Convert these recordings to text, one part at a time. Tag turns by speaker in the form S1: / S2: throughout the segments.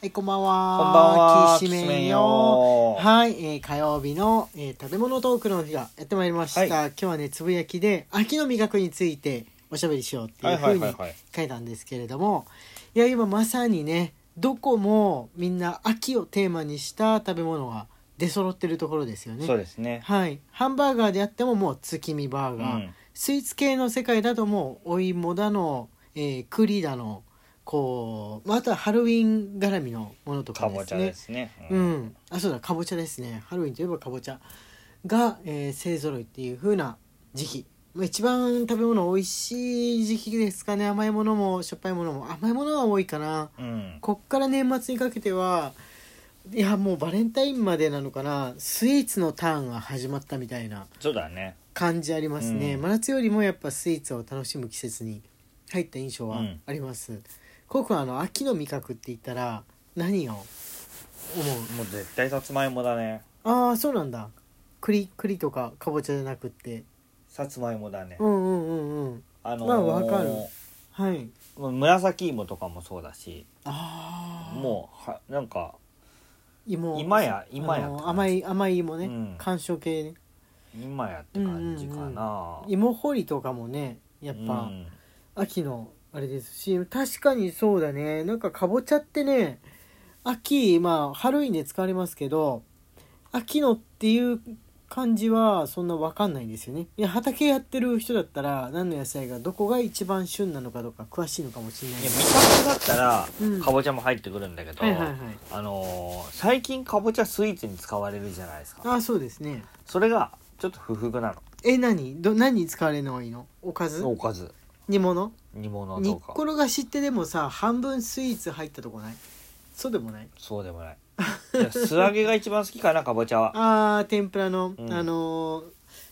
S1: はい、こんばんは。
S2: こんばんは
S1: きしめんよ。
S2: きしめんよ
S1: はい、えー火曜日の、えー食べ物トークの日がやってまいりました。
S2: はい
S1: 今日はね、つぶやきで秋の味覚についておしゃべりしようっていうふうに
S2: はい。
S1: 書いたんですけれども、いや、今まさにね、どこもみんな秋をテーマにした食べ物が出揃ってるところですよね。
S2: そうですね。
S1: はい、ハンバーガーであってももう月見バー
S2: う
S1: ガー、
S2: ん
S1: スイーツ系の世界だともうお芋だの、えー栗だのこうまたハロウィン絡みのものとか
S2: か
S1: で
S2: ぼ
S1: す
S2: ち
S1: ね
S2: ゃですね。
S1: う。ん、あそうだかぼちゃですねハロウィンといえばかぼちゃが、えー勢ぞろいっていう風な時期、まあ、一番食べ物美味しい時期ですかね甘いものもしょっぱいものも甘いものが多いかな
S2: うん。
S1: こっから年末にかけてはいやもうバレンタインまでなのかなスイーツのターンが始まったみたいな
S2: そうだね。
S1: 感じありますね、
S2: うん
S1: 真夏よりもやっぱスイーツを楽しむ季節に入った印象は
S2: うん
S1: あります、コウ君はあの秋の味覚って言ったら何を思う
S2: もう絶対さつまいもだね。
S1: ああそうなんだ栗栗とかかぼちゃじゃなくって
S2: さつまいもだね
S1: う。んうんうんうん
S2: あのー
S1: まあわかるはい
S2: もう紫芋とかもそうだし、
S1: ああ
S2: もうはなんか
S1: 芋
S2: 今や今や
S1: あ
S2: って感
S1: の
S2: じ
S1: 甘い甘い芋ね、
S2: うん
S1: 観賞系ね
S2: 今やって感じかな。
S1: 芋掘りとかもねやっ
S2: う
S1: ぱ
S2: ん
S1: 秋のあれですし、確かにそうだねなんかかぼちゃってね秋まあハロウィンで使われますけど秋のっていう感じはそんな分かんないんですよねいや畑やってる人だったら何の野菜がどこが一番旬なのかとか詳しいのかもしれない
S2: いや
S1: で
S2: 味
S1: す
S2: 覚だったら
S1: うん
S2: かぼちゃも入ってくるんだけど、
S1: はいはいはい
S2: あのー最近かぼちゃスイーツに使われるじゃないですか。
S1: あそうですね
S2: それがちょっと不服な
S1: え何ど何に使われるのがいいのおかず
S2: の。おかず
S1: 煮物
S2: 煮物
S1: 煮
S2: と
S1: っ
S2: か
S1: こ。ろがしってでもさ半分スイーツ入ったとこないそうでもない
S2: そうでもないいや素揚げが一番好きかなかぼちゃは
S1: あー天ぷらの、
S2: うん
S1: あのー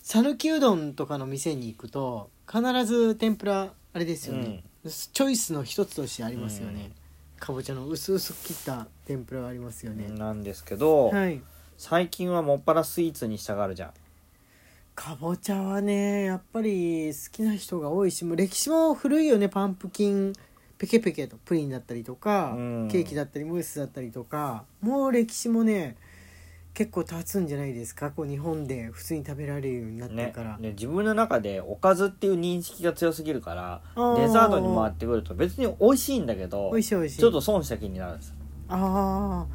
S1: 讃岐うどんとかの店に行くと必ず天ぷらあれですよね、チョイスの一つとしてありますよね、かぼちゃの薄々切った天ぷらがありますよね、
S2: なんですけど、
S1: はい
S2: 最近はもっぱらスイーツにしたがるじゃん
S1: かぼちゃはねやっぱり好きな人が多いしもう歴史も古いよねパンプキンペケペケとプリンだったりとか、
S2: うん
S1: ケーキだったりムースだったりとかもう歴史もね結構経つんじゃないですかこう日本で普通に食べられるようになった
S2: ね
S1: から、
S2: ね自分の中でおかずっていう認識が強すぎるから
S1: あー
S2: デザートに回ってくると別に美味しいんだけど
S1: 美味しい美味しい
S2: ちょっと損した気になるんですよ
S1: あ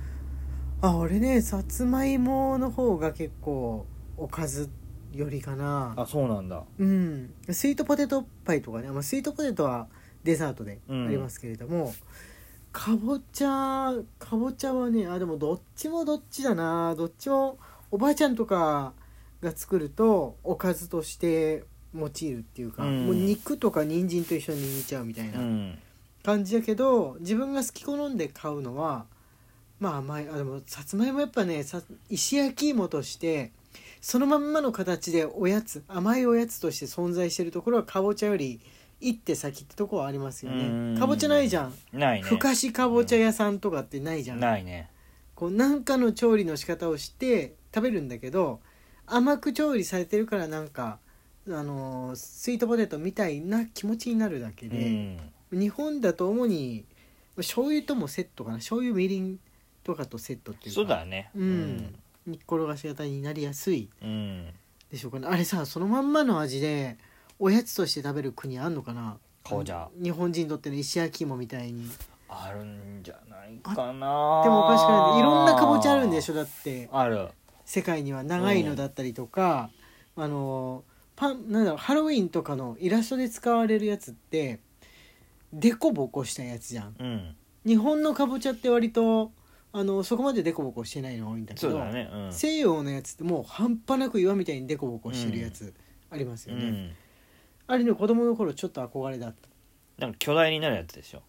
S1: ーあ俺ねさつまいもの方が結構おかずよりかな
S2: あそうなんだ
S1: うんスイートポテトパイとかね、まあ、スイートポテトはデザートであ
S2: うん
S1: りますけれども、かぼちゃかぼちゃはねあでもどっちもどっちだなどっちもおばあちゃんとかが作るとおかずとして用いるっていうか、
S2: うん
S1: もう肉とか人参と一緒に煮ちゃうみたいな、
S2: うん
S1: 感じやけど自分が好き好んで買うのはまあ甘いあでもさつまいもやっぱねさ石焼き芋としてそのまんまの形でおやつ甘いおやつとして存在してるところはかぼちゃより一手先ってとこはありますよ
S2: うん
S1: ねかぼちゃないじゃん、
S2: ないね
S1: ふかしかぼちゃ屋さんとかってないじゃん
S2: ないね
S1: こうなんかの調理の仕方をして食べるんだけど甘く調理されてるからなんかあのースイートポテトみたいな気持ちになるだけ
S2: う
S1: で、
S2: ん
S1: 日本だと主にまあ醤油ともセットかな醤油みりんとかとセットっていうか
S2: そうだね
S1: うん煮っころがし型になりやすい
S2: うんうん
S1: でしょうかねあれさそのまんまの味でおやつとして食べる国あんのかな
S2: かぼちゃ
S1: 日本人にとっての石焼き芋みたいに
S2: あるんじゃないかな
S1: でもおかしくないいろんなかぼちゃあるんでし
S2: ょ
S1: ょだって
S2: ある
S1: 世界には長いのだったりとか、あのパンなんだろうハロウィンとかのイラストで使われるやつってデコボコしたやつじゃん
S2: うん
S1: 日本のかぼちゃって割とあのそこまでデコボコしてないの多いんだけ
S2: そ
S1: ど
S2: うだねうん
S1: 西洋のやつってもう半端なく岩みたいにデコボコしてるやつあります
S2: う
S1: よね、
S2: ん
S1: あれね子供の頃ちょっと憧れだった
S2: なんか巨大になるやつでしょ、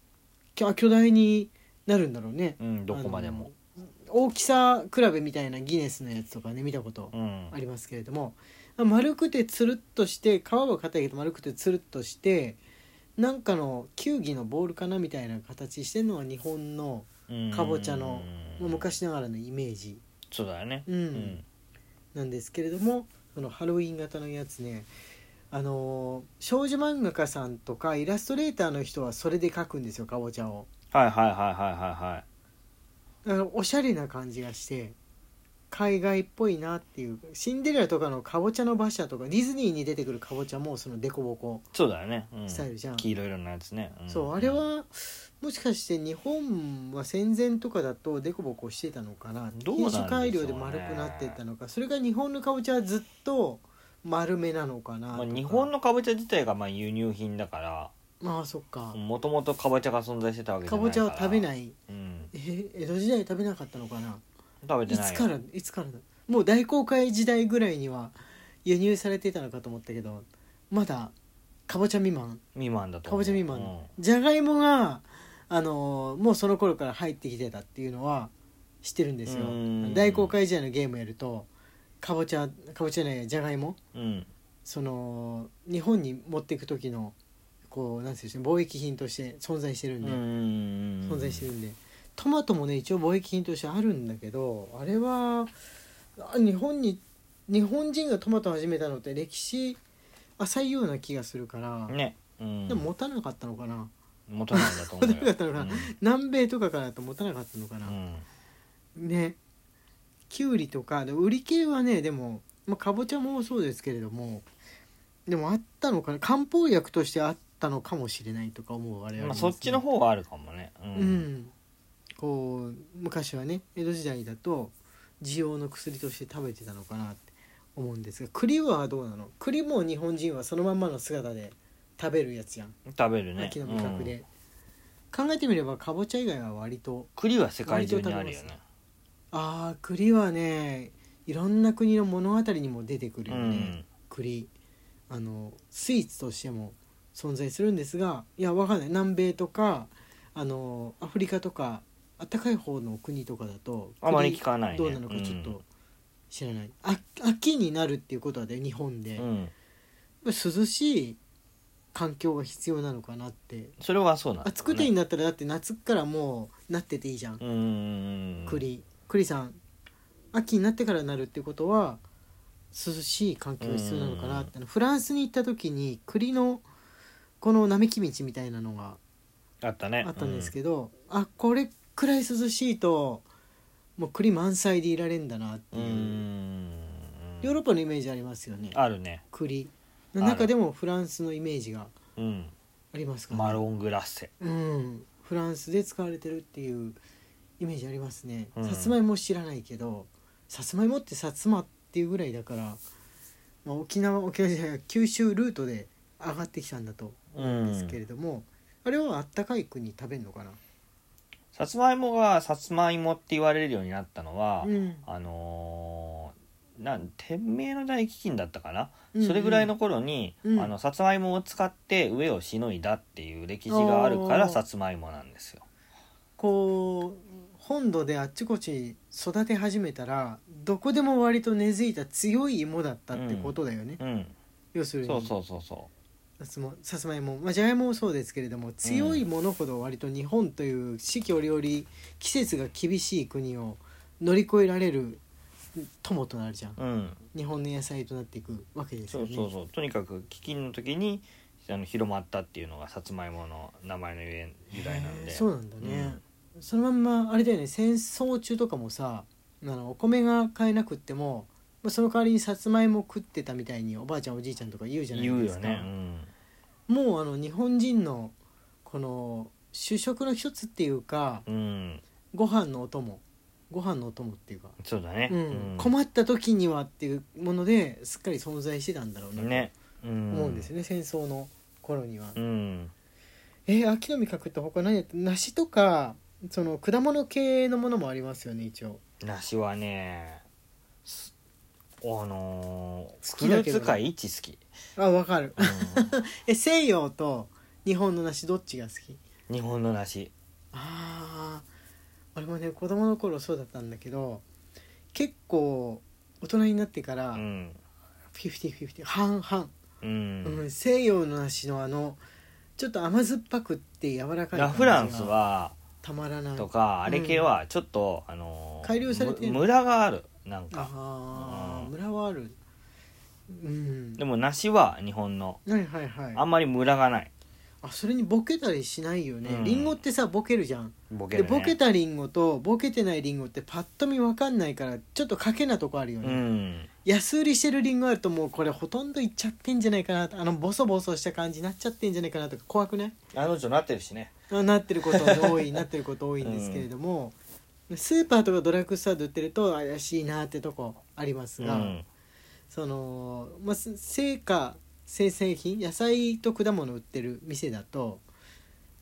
S1: きょ巨大になるんだろうね
S2: うん、どこまでも、
S1: あの大きさ比べみたいなギネスのやつとかね見たこと
S2: うん
S1: ありますけれども丸くてつるっとして皮は硬いけど丸くてつるっとしてなんかの球技のボールかなみたいな形してるのが日本の
S2: うん
S1: かぼちゃのもう
S2: うん
S1: 昔ながらのイメージ
S2: そうだよね
S1: うん
S2: うん
S1: なんですけれどもそのハロウィン型のやつねあのー少女漫画家さんとかイラストレーターの人はそれで描くんですよかぼちゃを
S2: はいはいはいはいはいはい
S1: あのおしゃれな感じがして海外っぽいなっていうシンデレラとかのかぼちゃの馬車とかディズニーに出てくるかぼちゃもそのデコボコ
S2: そうだよね、うん、
S1: スタイルじゃん
S2: 黄色色のやつね、ん
S1: そうあれはもしかして日本は戦前とかだとデコボコしてたのかな
S2: どうなんでしょう
S1: 品種
S2: ね
S1: 改良で丸くなってったのかそれが日本のかぼちゃはずっと丸めなのかな
S2: まあ、
S1: とか
S2: 日本のかぼちゃ自体がまあ輸入品だか
S1: まあそっから
S2: もともとかぼちゃが存在してたわけじ
S1: か
S2: ゃない、
S1: ぼちゃを食べないい
S2: うん、
S1: え江戸時代食べなかったのかな
S2: 食べて
S1: い
S2: な
S1: つ
S2: い
S1: からいつからだもう大航海時代ぐらいには輸入されてたのかと思ったけどまだかぼちゃ未満
S2: 未満だと
S1: か
S2: 思う
S1: ぼちゃ未
S2: う
S1: 満
S2: ん
S1: じゃがいもがあのーもうその頃から入ってきてたっていうのは知ってるんですよ
S2: うん
S1: 大航海時代のゲームやるとかぼちゃかぼちゃじゃないじゃがいも
S2: うん
S1: その日本に持っていく時のこうなんていうんでしょうね貿易品として存在してるんで、存
S2: 存
S1: 在してるんでトマトもね一応貿易品としてあるんだけどあれはあ日本に日本人がトマトを始めたのって歴史浅いような気がするから、
S2: ね、うん、
S1: でも持たなかったのかな
S2: 元なんだと思うよ
S1: 元なんだと思うな南米とかからだと持たなかったのかな
S2: う、ん
S1: ねきゅうりとかで売り系はねでも、まあ、かぼちゃもそうですけれどもでもあったのかな漢方薬としてあったのかもしれないとか思うあれはり
S2: うんまあ、
S1: ます
S2: そっちの方はあるかもねうん、
S1: うん、こう昔はね江戸時代だと需要の薬として食べてたのかなって思うんですが栗はどうなの栗も日本人はそのまんまの姿で食べるやつやん、
S2: 食べるね
S1: 秋の味覚
S2: うん
S1: で、考えてみればかぼちゃ以外は割と
S2: 栗は世界中にあ
S1: 割
S2: るよ
S1: と食べ
S2: ね
S1: ああ栗はねいろんな国の物語にも出てくるよね、栗あのスイーツとしても存在するんですがいやわかんない南米とかあのアフリカとか暖かい方の国とかだと
S2: あまり聞かないね
S1: どうなのかちょっと知らない、あ秋になるっていうことはね日本で、
S2: う
S1: やっ
S2: ん、うん、
S1: ぱ涼しい環境が必要なのかなって
S2: それはそうなんだろうね
S1: 暑くてになったらだって夏からもうなってていいじゃん、
S2: うん
S1: 栗栗さん秋になってからなるってことは涼しい環境が必要なのかなって、あのフランスに行った時に栗のこの並木道みたいなのが
S2: あったね
S1: あったんです
S2: ど、
S1: けど、あこれくらい涼しいともう栗満載でいられんだなって
S2: う
S1: い
S2: ん
S1: う、
S2: うん
S1: ヨーロッパのイメージありますよね
S2: あるね
S1: 栗
S2: ある
S1: 中でもフランスのイメージが
S2: うん
S1: ありますか
S2: マロングラッセ
S1: うん、フランスで使われてるっていうイメージありますね、
S2: うん
S1: さつまいも知らないけどさつまいもってさつまっていうぐらいだから、まあ、沖縄沖縄じゃない九州ルートで上がってきたんだと思うんですけれども、あれはあったかい国食べんのかな
S2: さつまいもがさつまいもって言われるようになったのは、
S1: うん
S2: あのーなん天明の大飢饉だったかな、
S1: うんうん
S2: それぐらいの頃に、
S1: うん
S2: あのさつまいもを使って飢えをしのいだっていう歴史があるか
S1: あ
S2: ら
S1: ー
S2: さつまいもなんですよ。
S1: こう本土であっちこっち育て始めたらどこでも割と根付いた強い芋だったってことだよね、
S2: うん、
S1: 要するに
S2: そうそうそうそ
S1: さつまさつまいも、まあ、じゃがいももそうですけれども強いものほど割と日本という四季折々季節が厳しい国を乗り越えられる友となるじゃん
S2: う、うん、
S1: 日本の野菜となっていくわけです
S2: そ
S1: よ
S2: う
S1: ね
S2: そうそうとにかく飢饉の時にあの広まったっていうのがさつまいもの名前の由来由来なん
S1: へー
S2: で
S1: そうなんだね、そのまんまあれだよね戦争中とかもさあのお米が買えなくってもまあその代わりにさつまいも食ってたみたいにおばあちゃんおじいちゃんとか言うじゃない
S2: 言う
S1: で
S2: よ
S1: すか
S2: ね、うん
S1: もうあの日本人のこの主食の一つっていうか、
S2: うん、
S1: ご飯のお供ご飯のお供っていうか、
S2: そうだね、
S1: うん困った時にはっていうものですっかり存在してたんだろうなと
S2: ね、うん、
S1: 思うんですよね、戦争の頃には。
S2: うん
S1: えー秋の味覚って他何やって梨とかその果物系のものもありますよね一応。
S2: 梨はねすあのー、
S1: 好
S2: フ
S1: き
S2: ル
S1: だ
S2: ー
S1: けどね
S2: ツ界一好き、
S1: あわかる。
S2: う
S1: え西洋と日本の梨どっちが好き
S2: ん日本の梨
S1: あー俺もね子供の頃そうだったんだけど結構大人になってから
S2: うん
S1: 50-50半々。
S2: う
S1: うんん、西洋の梨のあのちょっと甘酸っぱくって柔らかい
S2: ラ・
S1: 感じ
S2: フランスは
S1: たまらない
S2: とかあれ系はちょっと、あのー
S1: 改良されてる
S2: むムラがあるなんか
S1: ああ
S2: うん
S1: ムラはあるうん
S2: でも梨は日本の
S1: はいはいはい
S2: あんまりムラがない
S1: ああそれにボケたりしないよね、
S2: うん
S1: リンゴってさボケるじゃん、
S2: ボケ
S1: で
S2: るね
S1: ボケたリンゴとボケてないリンゴってパッと見分かんないからちょっと賭けなとこあるよ
S2: う
S1: ね、
S2: ん
S1: 安売りしてるリンゴあるともうこれほとんどいっちゃってんじゃないかなあのボソボソした感じになっちゃってんじゃないかなとか怖くない
S2: あの女なってるしね
S1: あなってることが多いなってること多いんですけれども、スーパーとかドラッグストアで売ってると怪しいなってとこあります
S2: う
S1: が、
S2: ん
S1: その、まあ、す成果生鮮品野菜と果物売ってる店だと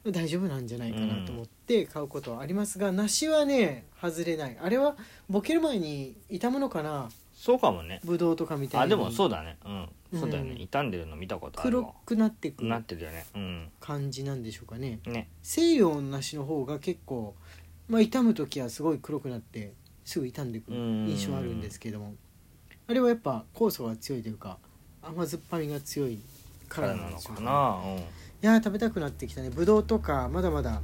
S1: 大丈夫なんじゃないかなと思って買うことはありますが、梨はね外れないあれはボケる前に傷むのかな
S2: そうかもね
S1: ブドウとかみたいに
S2: あでもそうだねうんそうだよね
S1: うん
S2: 傷んでるの見たことあるわ
S1: 黒くなってく
S2: なってるよねうん
S1: 感じなんでしょうかね
S2: ね
S1: 西洋の梨の方が結構、まあ、傷む時はすごい黒くなってすぐ傷んでくる
S2: うん
S1: 印象あるんですけどもあれはやっぱ酵素が強いというか甘酸っぱみが強いか
S2: から
S1: ら
S2: な
S1: なん
S2: の
S1: でしょ
S2: か
S1: うかね
S2: ない
S1: やー食べたくなってきたねぶどうとかまだまだ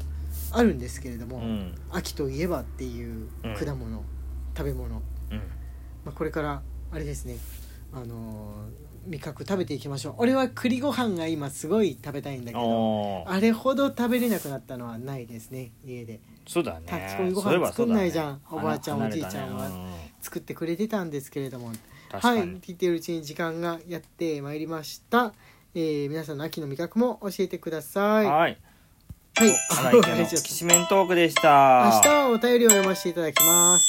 S1: あるんですけれども、
S2: うんうん
S1: 秋といえばっていう果物、食べ物、ま
S2: うん
S1: あ、これからあれですねあのー味覚食べていきましょう俺は栗ご飯が今すごい食べたいんだけど
S2: おー
S1: あれほど食べれなくなったのはないですね家で
S2: そうだね
S1: 炊き込みご飯
S2: そういえばそうだ
S1: 作ん
S2: ね
S1: ないじゃんおばあちゃん
S2: 離れ
S1: おじいちゃんは
S2: たね
S1: 作ってくれてたんですけれども
S2: うん確
S1: は
S2: か
S1: い
S2: に
S1: 聞いているうちに時間がやってまいりました、えー皆さんの秋の味覚も教えてくださいはい
S2: はい
S1: あ
S2: 荒井家のきしめんトークでした
S1: 明日はお便りを読ませていただきます